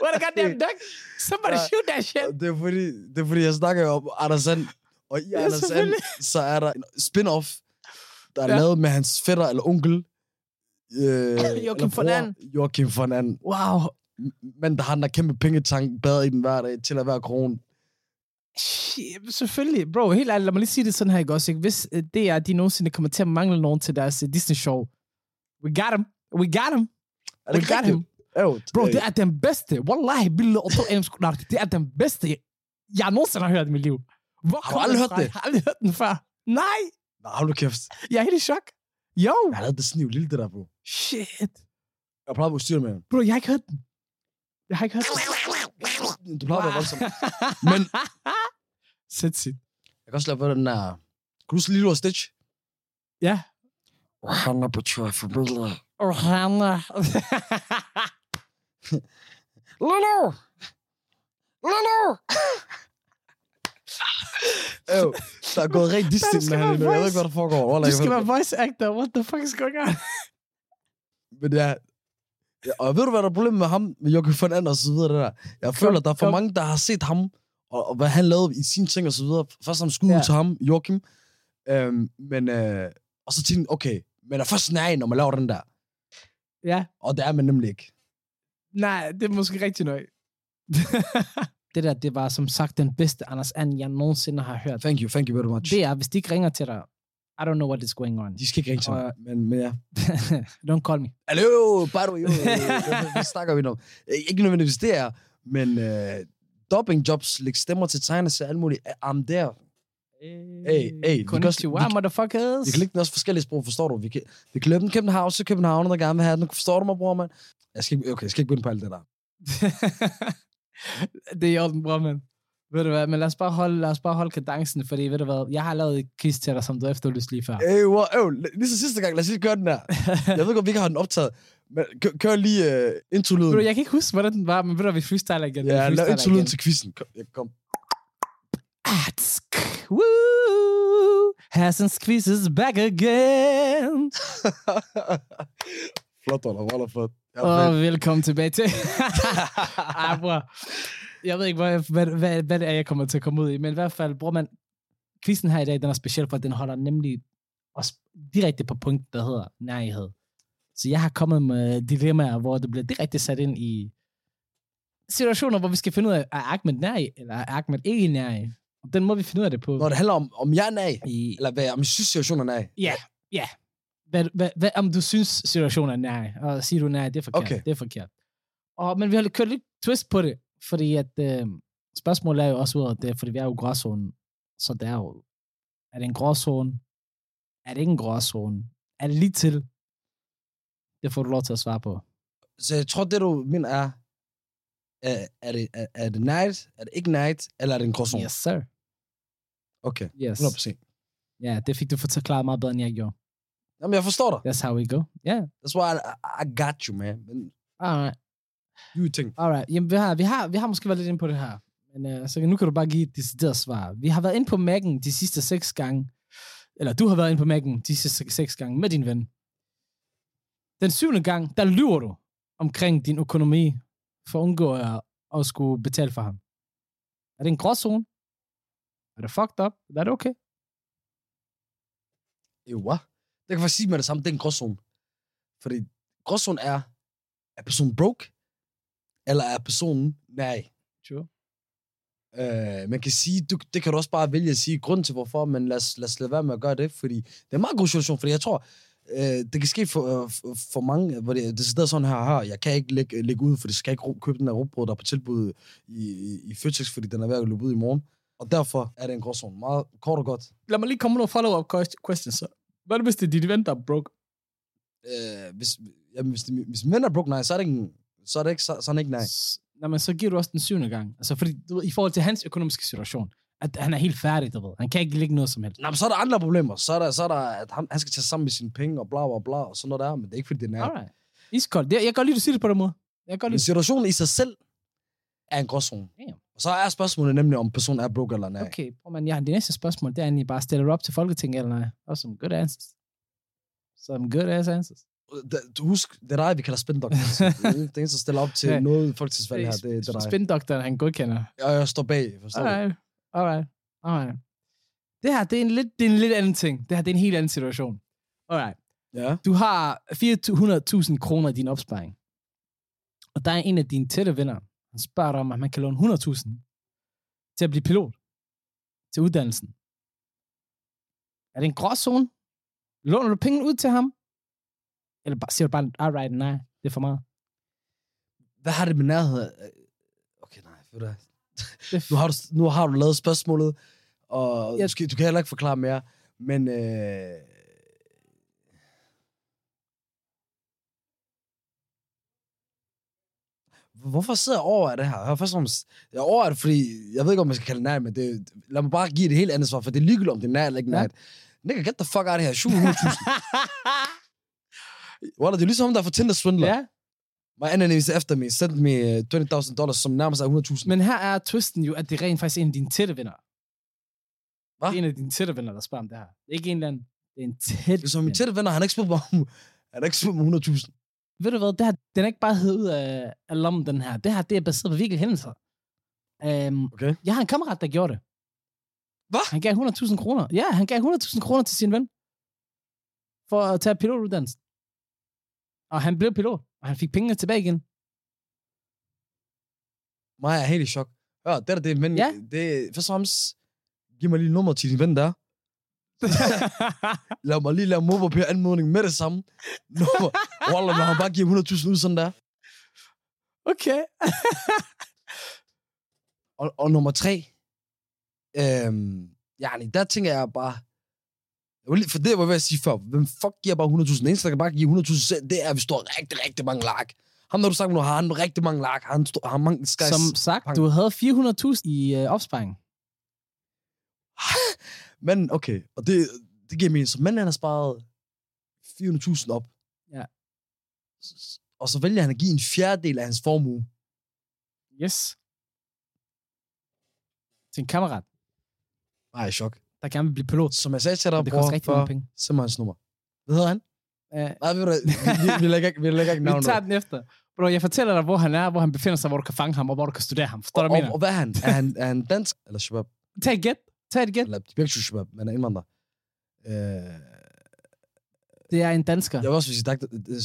A: What a goddamn duck? Somebody
B: Ja.
A: shoot that shit.
B: Det er fordi, det er fordi jeg snakker jo om Anders Sand, og i
A: Ja,
B: ja, Anders Sand,
A: selvfølgelig.
B: så er der en spin-off, der er
A: Ja.
B: ja. lavet med hans fætter eller onkel.
A: [laughs]
B: Øh, eller
A: von
B: bror,
A: And.
B: Joachim von And.
A: Wow.
B: Men der har den der kæmpe pengetank, bad i den hver dag, til at hver krone.
A: Shit, selvfølgelig. Bro, helt ærligt, lad mig lige sige det sådan her, ikke også? ikke? Hvis øh, det er, at de nogensinde kommer til at mangle nogen til deres øh, Disney-show, we got him. We got him.
B: Er
A: We
B: ikke
A: got him.
B: rigtigt? Jo,
A: Bro,
B: øh,
A: det er den bedste. Wallahi, billig og to engelsk. Nej, det er den bedste, jeg nogensinde har hørt i mit liv. Hvor
B: Har du
A: kom den
B: aldrig hørt
A: fra?
B: det?
A: Jeg har aldrig hørt den før. Nej,
B: Nej, hold nu kæft.
A: jeg er helt i chok. Jo.
B: Jeg har lavet det sniv lille, det der, bro.
A: Shit.
B: Jeg plejer at styre med ham.
A: Bro, jeg har ikke hørt den. Jeg har ikke hørt den.
B: Du plejer at være
A: [laughs]
B: voldsom.
A: Men...
B: Men-
A: Sindssygt.
B: Jeg kan også lave den der... Kan du huske Lilo og Stitch?
A: Ja.
B: Han er på tør for billeder.
A: Og han er...
B: Lilo! Lilo! [laughs] Øv, der er gået rent
A: Hvad, du
B: distinkt
A: skal
B: med
A: være
B: ham nu. Jeg ved
A: voice-
B: ikke, hvad der foregår. Wallah,
A: Du
B: jeg
A: skal
B: ved
A: være voice actor. What the fuck is going on? [laughs]
B: det. Men ja, ja, og ved du, hvad der er problemet med ham? Med Jokke von And og så videre, det der. Jeg føler, der er for
A: kom.
B: mange, der har set ham, og, og hvad han lavede i sine ting og så videre. Først som skud
A: Ja.
B: ja. til ham, Joachim. Øhm, men, øh, og så tænkte jeg, okay, men er først nej, når man laver den der.
A: Ja.
B: Og det er man nemlig ikke.
A: Nej, det er måske rigtigt [laughs] nok. det der, det var som sagt den bedste Anders And, jeg nogensinde har hørt.
B: Thank you, thank you very much.
A: Det er, hvis de ikke ringer til dig, I don't know what is going on.
B: De skal ikke ringe til mig, men, men ja.
A: don't call me.
B: Eller jo, jo, bare du, jo, jo, jo, det snakker vi om. Øh, Ikke nødvendigvis det er, men øh, dobbingjobs, læg stemmer til tegneserier, alt muligt. øh, I'm there. Hey, hey, vi kan også-
A: Konnichiwa,
B: vi kan-
A: motherfuckers.
B: Vi kan lægge den også forskellige sprog, forstår du? Vi kan, vi kan løbe den København, så København, der gerne vil have den. Forstår du mig, bror, mand? Jeg skal ikke, okay, jeg skal ikke begynde på alt det der.
A: det er i orden, bror, mand. Ved du hvad, men lad os bare holde, lad os bare holde kadencen, fordi ved du hvad, jeg har lavet et quiz til dig, som du efterlyste lige før.
B: Øv, wow, øv, ligesom sidste gang, lad os lige gøre den her. Jeg ved godt, vi ikke har den optaget, men kør, kør lige uh,
A: Ved
B: intro-lyden.
A: du, jeg kan ikke huske, hvordan den var, men ved du, hvad, vi freestyler igen.
B: Ja,
A: vi freestyler
B: lav intro-lyden
A: igen.
B: til quizzen. Kom, ja, kom.
A: Ah, tsk, woo, Hassan's quiz is back again.
B: flot, Ola, meget flot. Ja,
A: Og
B: fedt.
A: oh, velkommen tilbage til. [laughs] Ej, bror. Jeg ved ikke, hvad, hvad, hvad, hvad det er, jeg kommer til at komme ud i, men i hvert fald, bror man, quizzen her i dag, den er speciel, for den holder nemlig også direkte på punkt, der hedder nærhed. Så jeg har kommet med dilemmaer, hvor det bliver direkte sat ind i situationer, hvor vi skal finde ud af, er Ahmed nær i, eller er Ahmed ikke nær i? Og den må vi finde ud af det på.
B: Når det handler om, om jeg er nag,
A: I,
B: eller hvad, om jeg synes, situationen er nag.
A: ja, ja. Hvad, hvad, hvad, om du synes, situationen er nær, og siger du nej, det er forkert.
B: Okay.
A: Det er forkert. Og, men vi har kørt lidt twist på det, fordi at, øh, spørgsmålet er jo også ud af det, fordi vi er jo i gråzonen, så det er jo, er det en gråzone? Er det ikke en gråzone? Er det lige til? Det får du lov til at svare på.
B: Så jeg tror, det du mener er, er, er, det, er, er det night, er det ikke night, eller er det en gråzone?
A: Yes, sir.
B: Okay,
A: Yes.
B: 100%.
A: Ja, det fik du forklaret meget bedre, end jeg gjorde.
B: Jamen, jeg forstår dig.
A: That's how we go. Yeah.
B: That's why I, I got you, man. Men
A: Alright.
B: you think.
A: Alright, jamen vi har, vi har, vi har måske været lidt inde på det her. Men uh, så nu kan du bare give et decideret svar. Vi har været inde på Mac'en de sidste seks gange. Eller du har været inde på Mac'en de sidste seks gange med din ven. Den syvende gang, der lyver du omkring din økonomi for at undgå at, at skulle betale for ham. Er det en gråzone? Er det fucked up? Eller Er det okay?
B: Jo, hvad? Det kan jeg faktisk sige med det samme, det er en gråzone. Fordi gråzone er, er personen broke, eller er personen nej.
A: True.
B: Øh, man kan sige, du, det kan du også bare vælge at sige grund til hvorfor, men lad os, lad os lade være med at gøre det, fordi det er en meget god situation, fordi jeg tror, øh, det kan ske for, øh, for- for mange, hvor det, det sidder sådan her, her, jeg kan ikke lægge, lægge ud, for det skal jeg ikke ro- købe den her rugbrød, der er på tilbud i, i, i Føtex, fordi den er ved at løbe ud i morgen. Og derfor er det en gråzone. Meget kort og godt.
A: Lad mig lige komme med nogle follow-up quest- questions. Så. Hvad er det, hvis det er dit ven, der er broke?
B: øh, hvis, jamen, hvis, det- hvis mænd er broke, nej, så er det ikke, en- så er det ikke, så, så er det ikke nej.
A: S- Nå, men så giver du også den syvende gang. Altså, fordi, du ved, i forhold til hans økonomiske situation, at han er helt færdig, du ved. Han kan ikke ligge noget som helst.
B: Nå, men så er der andre problemer. Så er der, så er der at han, han skal tage sammen med sine penge og bla bla bla og sådan noget der, men det er ikke fordi, det er nej.
A: Alright. Iskold. Det, jeg kan godt lide, du siger det på den måde. Jeg kan godt
B: Men
A: lide
B: situationen i sig selv er en gråzone.
A: Damn.
B: Og så er spørgsmålet nemlig, om personen er broke eller nej.
A: det. Okay, prøv, men jeg har det næste spørgsmål, det er egentlig bare, stiller du op til Folketinget eller nej? Og some good answers. Some good ass
B: [laughs]
A: answers.
B: Okay. Du Øh, husk, det er dig, vi kalder spindoktor.
A: [laughs]
B: det er den eneste, der stiller op til
A: Ja.
B: noget folketingsvalg her, det, det er dig.
A: Spindoktoren, han godkender.
B: Og jeg står bag, forstår du?
A: Alright, alright, alright. Det her, det er, en lidt, det er en lidt anden ting. Det her, det er en helt anden situation. Alright.
B: Ja.
A: Du har 400.000 kroner i din opsparing. Og der er en af dine tætte venner, han spørger dig om, at man kan låne 100.000 til at blive pilot. Til uddannelsen. Er det en gråzone? Låner du penge ud til ham? Eller bare, siger du bare, alright, nej, det er for meget.
B: Hvad har det med nærhed? at- Okay, nej, ved du hvad?
A: Det er
B: Nu har du, nu har du lavet spørgsmålet, og
A: Ja.
B: ja. du, du kan heller ikke forklare mere, men... Øh, Hvorfor sidder jeg over af det her? Hør, først og fremmest, jeg er over af det, fordi jeg ved ikke, om man skal kalde det nej, men det, lad mig bare give det et helt andet svar, for det er ligegyldigt, om det er nej eller ikke
A: Ja.
B: nej. Nigga, get the fuck out of here. 700.000.
A: [laughs]
B: Wallah, det er ligesom ham, der er for Tinder Swindler.
A: ja,
B: My enemies after me sent me øh, 20.000 dollars, som nærmest er 100.000.
A: men her er twisten jo, at det er rent faktisk en af dine tætte venner.
B: Hva?
A: Det er en af dine tætte venner, der spørger om det her. Det er ikke en eller anden. Det er en tæt
B: Det er som min
A: ven.
B: tætte venner, han har ikke spurgt mig om, han har ikke spurgt mig om 100.000.
A: ved du hvad, det her, den er ikke bare hed ud af, af lommen, den her. Det her, det er baseret på virkelige hændelser. Um,
B: Okay.
A: Jeg har en kammerat, der gjorde det.
B: Hvad?
A: Han gav 100.000 kroner. Ja, han gav 100.000 kroner til sin ven. For at tage pilotuddannelsen. Og han blev pilot, og han fik pengene tilbage igen.
B: Maja er helt i chok. Hør, det der, det er en ven.
A: Ja.
B: Det, er- først og fremmest, giv mig lige nummer til din ven
A: [laughs]
B: der. Lad mig lige lave mobile anmodning med det samme. Nummer. Wallah, når han bare giver 100.000 ud sådan der.
A: okay.
B: Og, og nummer tre, øhm, yani, der tænker jeg bare, jeg var lige- for det var jeg ved at sige før, hvem fuck giver bare 100.000? Den eneste, der kan bare give 100.000 selv, det er, at vi står rigtig, rigtig mange lag. Ham, når du snakker nu, har han rigtig mange lak. Han har han mange skal...
A: Som sagt, du havde 400.000 i øh, opsparing.
B: Men okay, og det, det giver mening. Så manden, han har sparet 400.000 op.
A: Ja.
B: S- Og så vælger han at give en fjerdedel af hans formue.
A: Yes. Til en kammerat,
B: Nej, chok.
A: der gerne vil blive pilot.
B: Som jeg sagde til dig,
A: Men det
B: bror,
A: koster rigtig
B: før,
A: mange penge.
B: så må hans nummer. Hvad hedder han?
A: Uh,
B: Nej, ved du, hvad, vi, vi, lægger ikke, vi lægger ikke
A: vi
B: navnet.
A: tager den efter. Bro, jeg fortæller dig, hvor han er, hvor han befinder sig, hvor du kan fange ham, og hvor du kan studere ham. Forstår du,
B: og,
A: hvad jeg
B: og, og, hvad er han? Er han, er han dansk eller shabab?
A: mener? Tag et gæt. Tag et gæt.
B: Eller de er begge to shabab, men er indvandrer. Øh,
A: Det er en dansker.
B: jeg vil også sige, at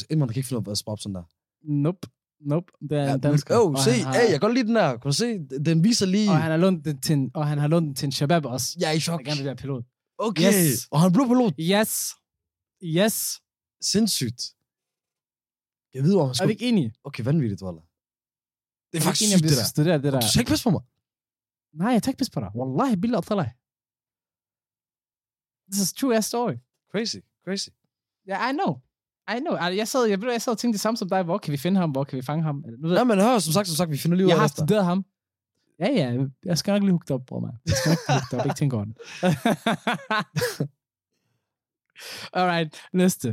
B: indvandrer kan ikke finde ud af at spare op sådan der.
A: Nope. Nope. Det er
B: Ja,
A: en dansker.
B: Åh,
A: Og
B: se,
A: han har-
B: hey, jeg kan godt lide den der. Kan du se? Den viser lige...
A: Og han har lånt den til en, og han har lånt den til en shabab også.
B: Jeg er i chok.
A: Der gerne vil være pilot.
B: Okay.
A: Yes.
B: Og han blev pilot.
A: Yes. Yes.
B: Sindssygt. Jeg ved, om han
A: Er vi
B: skulle...
A: ikke enige?
B: Okay, vanvittigt, Walla. Det er
A: Er vi
B: faktisk
A: ikke enige, om vi
B: sygt, det
A: skal
B: der.
A: studere det der.
B: Du skal ikke passe på mig.
A: Nej, jeg tager ikke pis på dig. Wallahi, billig optaler. This is true ass story.
B: Crazy, crazy.
A: Yeah, I know. I know. Altså, Jeg sad, jeg, ved du, jeg sad og tænkte det samme som dig. Hvor kan vi finde ham? Hvor kan vi fange ham? Eller, Nu ved
B: Nej,
A: jeg,
B: men hør, som sagt, som sagt, vi finder lige ud
A: jeg
B: af
A: har
B: efter.
A: studeret ham. Ja, ja. Jeg skal nok lige hugge dig op, bror, mand. Jeg skal nok lige hugge dig op. Ikke tænke over det. [laughs] Alright, næste.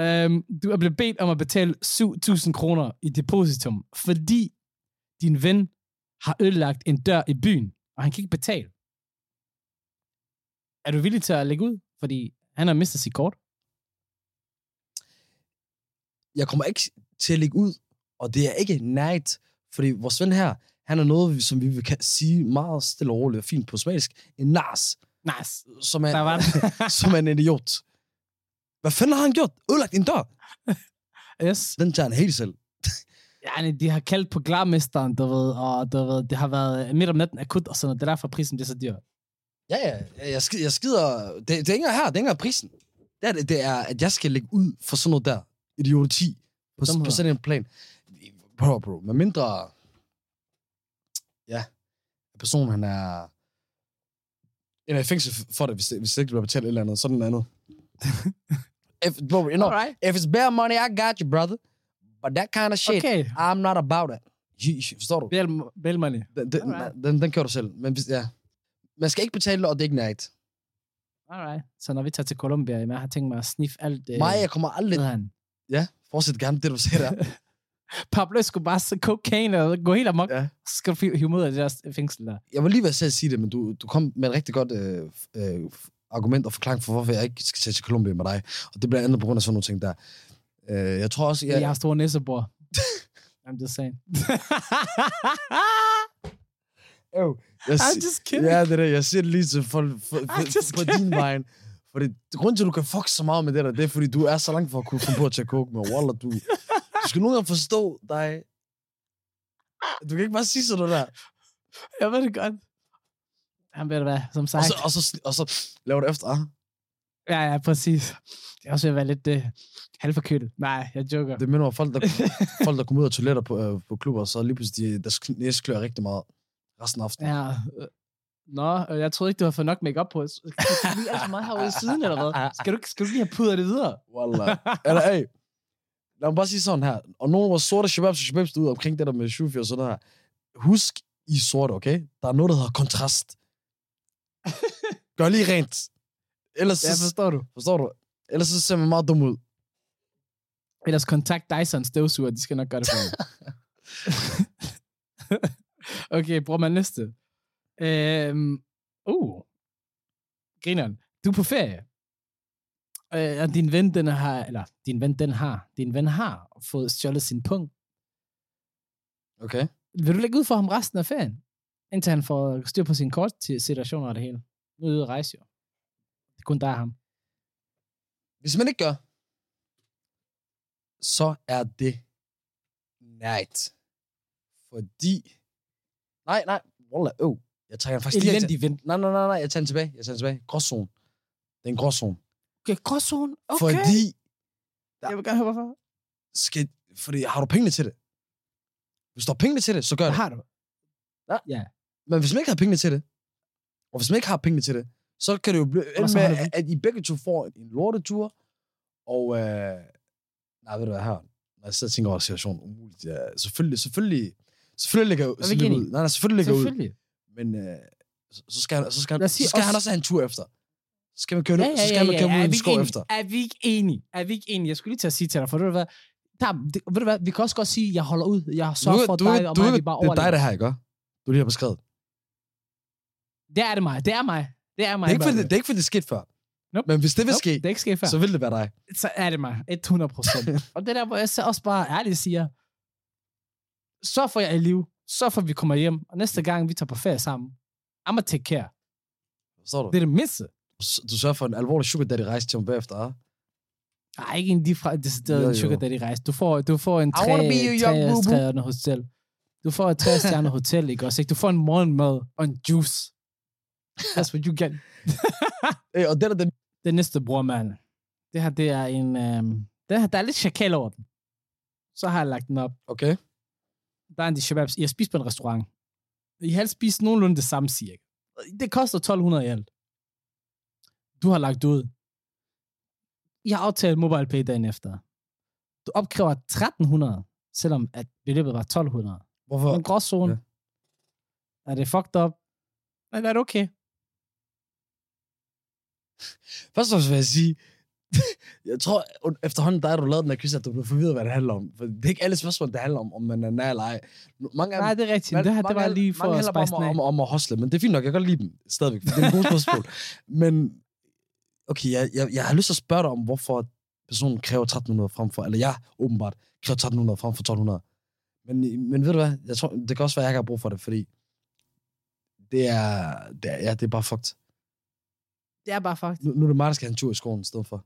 A: Um, du er blevet bedt om at betale 7.000 kroner i depositum, fordi din ven har ødelagt en dør i byen, og han kan ikke betale. Er du villig til at lægge ud? Fordi han har mistet sit kort.
B: jeg kommer ikke til at lægge ud, og det er ikke night, fordi vores ven her, han er noget, vi- som vi vil kan sige meget stille og roligt og fint på somalisk, en nars,
A: Nice.
B: som er,
A: Der var det.
B: [laughs] som er en idiot. Hvad fanden har han gjort? Ødelagt en dør?
A: yes.
B: Den tager han helt selv.
A: Yani, de har kaldt på glarmesteren, du ved, og du ved, det har været midt om natten akut og sådan noget. Det er derfor prisen bliver så dyr.
B: Ja, ja, jeg, sk- jeg skider... Det, det er ikke engang her, det er ikke engang prisen. Det er, det- det er, at jeg skal lægge ud for sådan noget der. Idioti. På,
A: Dumheder.
B: på sådan en plan. Bro, bro, med mindre... Ja, personen han er... En er i fængsel for det, hvis, det- hvis det ikke bliver betalt et eller andet. Sådan noget
A: [laughs]
B: andet. if, bro, you know,
A: Alright.
B: if it's bare money, I got you, brother. But that kind of shit, okay.
A: Okay.
B: I'm not about it. You- you- Forstår du?
A: Bel, bel money.
B: Den, den,
A: Alright.
B: den, den kører du selv. Men hvis, ja. Man skal ikke betale, og det er ikke nært.
A: Alright. Så når vi tager til Colombia, jamen, jeg har tænkt mig at sniffe alt det.
B: Maja, jeg kommer aldrig...
A: han.
B: Ja, fortsæt gerne det, du siger der.
A: Pablo Escobar, så cocaine og gå helt amok.
B: Ja.
A: Så skal du fi- hive mig ud af det der fængsel der.
B: Jeg var lige ved at selv sige det, men du, du kom med et rigtig godt øh, øh, argument og forklaring for, hvorfor jeg ikke skal tage til Colombia med dig. Og det bliver andet på grund af sådan nogle ting der. Øh, jeg tror også,
A: Ja. Jeg
B: jeg...
A: har store næse, bror. [laughs] I'm just
B: [laughs]
A: saying.
B: Øh, jeg
A: I'm
B: si-
A: just kidding.
B: ja, det der. Jeg siger det lige til folk for, for,
A: I'm just
B: for din vej. Fordi grunden til, at du kan fuck så meget med det der, det er, fordi du er så langt for at kunne finde på at tage coke med. Wallah, du, du skal nogle gange forstå dig. Du kan ikke bare sige sådan noget der.
A: Jeg ved det godt. Han ved det hvad, som sagt.
B: Og så, og så, og så laver du efter. ah.
A: Ja, ja, præcis. Det er også ved at være lidt øh, halvforkølet. Nej, jeg joker.
B: Det minder om folk, der, folk, der kommer ud af toiletter på, øh, på klubber, så lige pludselig de, deres kn- næse klør rigtig meget resten af aftenen.
A: Ja. øh, Nå, øh, jeg troede ikke, du havde fået nok makeup på. Skal du lige alt for meget herude i siden, eller hvad? Skal du, ikke- skal du ikke lige have pudret det videre?
B: Wallah. Eller, hey, lad mig bare sige sådan her. Og nogle af vores sorte shababs og shababs ud omkring det der med shufi og sådan her. Husk, I er sorte, okay? Der er noget, der hedder kontrast. Gør lige rent. Ellers,
A: Ja,
B: så,
A: forstår du.
B: forstår du? Ellers så ser man meget dum ud.
A: Ellers kontakt Dyson støvsuger, de skal nok gøre det for mig. [laughs] okay, bror man næste. Øhm, uh, grineren. Du er på ferie. Øh, og din ven, den har, eller din ven, den har, din ven har fået stjålet sin punkt.
B: Okay?
A: Vil du lægge ud for ham resten af ferien? Indtil han får styr på sin kort til situationer og det hele. Nu er ude at rejse jo. Det er kun dig og ham.
B: Hvis man ikke gør, så er det night. Fordi... Nej, nej, wallah, øv. Jeg trækker den faktisk Altså, lige til...
A: Elendig ven.
B: Nej, nej, nej, nej, jeg tager den tilbage. Jeg tager den tilbage. Gråzone. Det er en gråzone.
A: Okay, gråzone. Okay.
B: Fordi,
A: Jeg vil gerne høre, hvorfor.
B: skal, fordi har du pengene til det? Hvis du har pengene til det, så gør
A: Hvad
B: det.
A: har du?
B: Men hvis man ikke har pengene til det, og hvis man ikke har pengene til det, så kan det jo blive
A: Og
B: ende
A: så
B: med,
A: holder vi-
B: at I begge to får en lortetur, og... Øh, nej, ved du hvad, her. Når jeg sidder og tænker over situationen, umuligt. Ja, selvfølgelig, selvfølgelig, selvfølgelig ligger jeg ud.
A: vi
B: selvfølgelig
A: enige?
B: ud. Nej, nej, selvfølgelig ligger jeg ud.
A: Selvfølgelig.
B: Men øh, så- så skal, han, så skal,
A: Lad
B: han,
A: os sige
B: så skal
A: også-
B: han også have en tur efter. Så skal man køre, ja, ja, så skal man køre
A: Er
B: ud i
A: vi
B: en
A: ikke
B: skov
A: enige?
B: efter.
A: Er vi ikke enige? Er vi ikke enige? Jeg skulle lige til at sige til dig, for ved du hvad? Der, det, ved du hvad? Vi kan også godt sige, at jeg holder ud. Jeg
B: Nu
A: sørger
B: er-
A: for
B: du er-
A: dig, og
B: du
A: mig,
B: er-
A: vi bare
B: Det er dig,
A: overlever.
B: det her, ikke? Du lige har beskrevet.
A: Det er det mig. Det er mig. Det er mig.
B: Det er ikke, fordi,
A: Børge.
B: det er ikke, fordi det skete før.
A: Nope.
B: Men hvis det vil
A: Nope,
B: ske,
A: Det er ikke sket før.
B: så vil det være dig.
A: så er det mig. 100
B: [laughs]
A: procent. og det der, hvor jeg så også bare ærligt siger, så får jeg i live, så får vi kommer hjem, og næste gang vi tager på ferie sammen, I'm gonna take care.
B: Forstår du?
A: Det er det mindste.
B: S- Du sørger for en alvorlig sugar daddy rejse til ham bagefter. ah?
A: Nej, ikke en de fra decideret
B: Jo,
A: en
B: jo.
A: sugar daddy rejse. Du får, du får en
B: I wanna be your young boo-boo.
A: 3 hotel. Du får et 3 stjerner hotel, ikke også? Ikke? Du får en morgenmad og en juice. That's what you get.
B: Øh, og det der, det,
A: Det næste bror, mand. Det her, det er en... Øhm, det her, der er lidt chakal over den. Så har jeg lagt den op.
B: okay.
A: der er en de shababs, I har spist på en restaurant. I har spist nogenlunde det samme, cirka. Det koster 1200 i alt. Du har lagt ud. I har aftalt mobile pay dagen efter. Du opkræver 1300, selvom at beløbet var 1200.
B: Hvorfor?
A: En gråzone.
B: Ja.
A: Er det fucked up? Eller er det okay?
B: Først og fremmest vil jeg sige, [laughs] jeg tror und- efterhånden dig, du lavede den her quiz, at du blev forvirret, hvad det handler om. For det er ikke alle spørgsmål, det handler om, om man er nær eller ej. Mange af
A: Nej, det er rigtigt.
B: Man-
A: det her, det
B: mange
A: var
B: hal-
A: lige for
B: mange
A: at
B: handler bare
A: spice den af.
B: om, om, om at hostle, men det er fint nok, jeg kan godt lide dem stadigvæk, for det er en god
A: [laughs]
B: spørgsmål. men okay, jeg, jeg, jeg har lyst til at spørge dig om, hvorfor personen kræver 1300 frem for, eller jeg åbenbart kræver 1300 frem for 1200. Men, men ved du hvad, jeg tror, det kan også være, at jeg ikke har brug for det, fordi det er, det er, ja, det er bare fucked.
A: Det er bare faktisk.
B: Nu, nu er det mig, der skal have en tur i skolen i stedet for.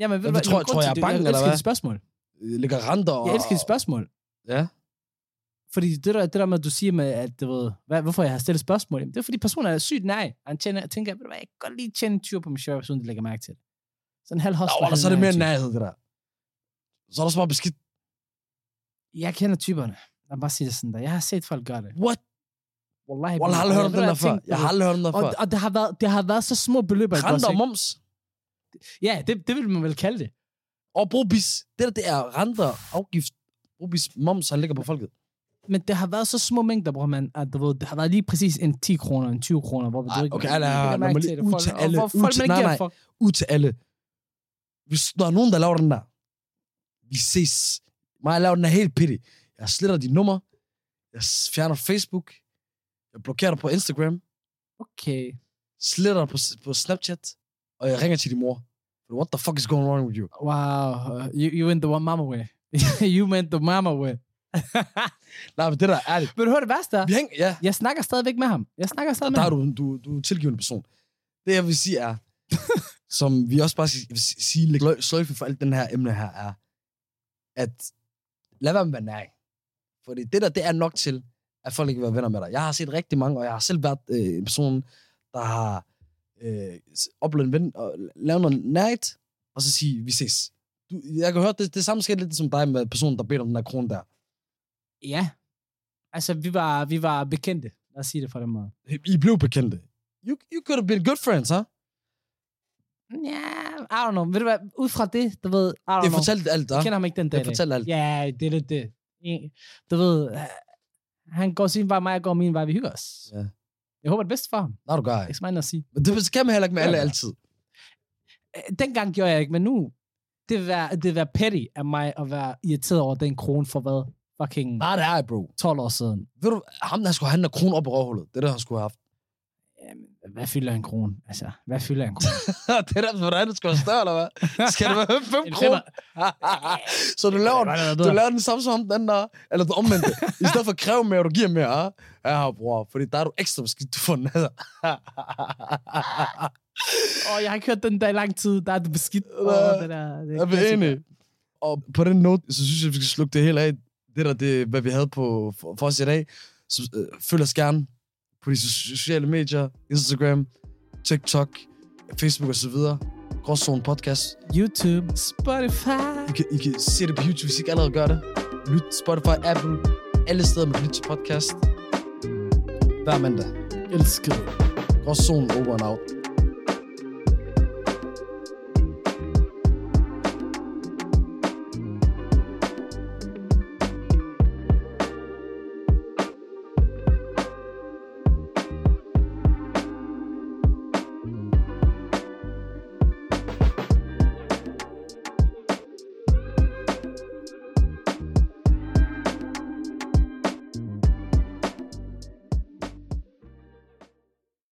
A: Jamen, ved
B: Jamen,
A: du hvad?
B: tror jeg-
A: Jamen,
B: tror jeg er
A: grund til det-
B: bange, eller
A: elsker
B: hvad?
A: dit spørgsmål.
B: Jeg ligger renter og...
A: Jeg elsker dit spørgsmål.
B: Ja.
A: Fordi det der, det der med, at du siger med, at du ved, hvad, hvorfor jeg har stillet spørgsmål, jamen, det er fordi personen er sygt nej. Han tjener, tænker, ved du hvad, jeg kan godt lige tjene en tyr på min shirt, uden de lægger mærke til det. Sådan øh, en halv hostler.
B: Nå,
A: halv
B: og så er det mere
A: nej-type.
B: nærhed, det der. Så er der så meget beskidt.
A: Jeg kender typerne. Lad mig bare sige det sådan der. Jeg har set folk gøre det.
B: What?
A: Wallahi,
B: Wallah, Jeg har aldrig hørt om den der før. Jeg har aldrig hørt om den der
A: og,
B: før.
A: og, det, har været, det har været så små beløb. at
B: Renter og
A: ikke?
B: moms.
A: Ja, det, det vil man vel kalde det.
B: Og brobis. Det der, det er renter, afgift, brobis, moms, han ligger på folket.
A: Men det har været så små mængder, bror man, at du ved, det har været lige præcis en 10 kroner, en 20 kroner, hvor
B: Ej,
A: du ikke
B: okay,
A: man
B: nej, nej,
A: lægger
B: nej,
A: mærke
B: man må
A: til
B: lige
A: det.
B: ud
A: Folk-
B: til
A: og
B: alle,
A: hvor
B: ud
A: folk
B: til-
A: man ikke
B: nej,
A: giver
B: nej.
A: en fuck.
B: Ud til alle. Hvis der er nogen, der laver den der, vi ses. Mig laver den her helt pitty. Jeg sletter dit nummer. Jeg s- fjerner Facebook. Jeg blokerer dig på Instagram.
A: Okay.
B: Sletter dig på, s- på Snapchat. Og jeg ringer til din mor. What the fuck is going wrong with you?
A: Wow, uh, you, you went the one mama way. [laughs] you went the mama way.
B: Nej, men det der er ærligt.
A: Vil du høre det værste? er,
B: Vi hænger, ja.
A: Jeg snakker stadigvæk med ham. Jeg snakker stadig med
B: Der er
A: ham.
B: du, du, du er en tilgivende person. Det jeg vil sige
A: [laughs]
B: er, som vi også bare skal- vil sige, lægge løg- sløjfe for alt den her emne her, er, at lad være med at være næring. Fordi det der, det er nok til, at folk ikke vil være venner med dig. Jeg har set rigtig mange, og jeg har selv været øh, en person, der har øh, s- oplevet en ven, og lavet noget night, og så sige, vi ses. Du, jeg kan høre, det, det samme skete lidt som dig med personen, der bedte om den der krone der.
A: Ja. Altså, vi var, vi var bekendte. Lad os sige det på den måde.
B: I blev bekendte. You, you could have been good friends, huh?
A: Ja, I don't know. Ved du hvad, ud fra det, du ved, I don't
B: Det
A: know.
B: fortalte alt,
A: Jeg
B: der.
A: kender ham ikke den dag. i
B: Det
A: dag.
B: fortalte alt.
A: Ja, det er lidt det. En- Du ved, øh, han går sin vej, mig jeg går min vej, vi hygger os.
B: Ja.
A: Jeg håber det bedste for ham. Det
B: Nej, du gør
A: er
B: ikke.
A: ikke så meget andet at sige.
B: Men det skal man heller ikke med alle
A: Ja, ja.
B: altid.
A: Øh, Dengang gjorde jeg ikke, men nu, det vil være, det vil være petty af mig at være irriteret over den krone for hvad? Fucking
B: Nej, det er jeg, bro.
A: 12 år siden.
B: Ved du, ham der skulle have den der krone op i røvhullet. Det er det, han skulle have haft. [laughs]
A: Hvad fylder en krone? Altså, hvad fylder en krone?
B: det er der, hvordan det skal være større, eller hvad? [laughs] Skal det være 5
A: En
B: kroner? [laughs]
A: femmer.
B: så du
A: [laughs]
B: laver, den,
A: Hvad er der
B: du
A: bedre?
B: laver den samme som ham, den der, eller du omvendte. I stedet for at kræve mere, du giver mere. Ah? Ja, bror, fordi der er du ekstra beskidt, du får den her.
A: Åh, jeg har ikke hørt den der i lang tid. Der er det beskidt. Åh,
B: Hvad?
A: det der, det
B: Jeg er enig. Og på den note, så synes jeg, vi skal slukke det hele af. Det der, det, er, hvad vi havde på for, for os i dag. Så, øh, følg os gerne på de so- sociale medier. Instagram, TikTok, Facebook osv. Gråzone Podcast.
A: YouTube, Spotify.
B: I kan, I kan se det på YouTube, hvis I ikke allerede gør det. Lyt til Spotify, Apple, alle steder, man kan lytte til podcast. Hver mandag.
A: Elsker det.
B: Gråzone over and out.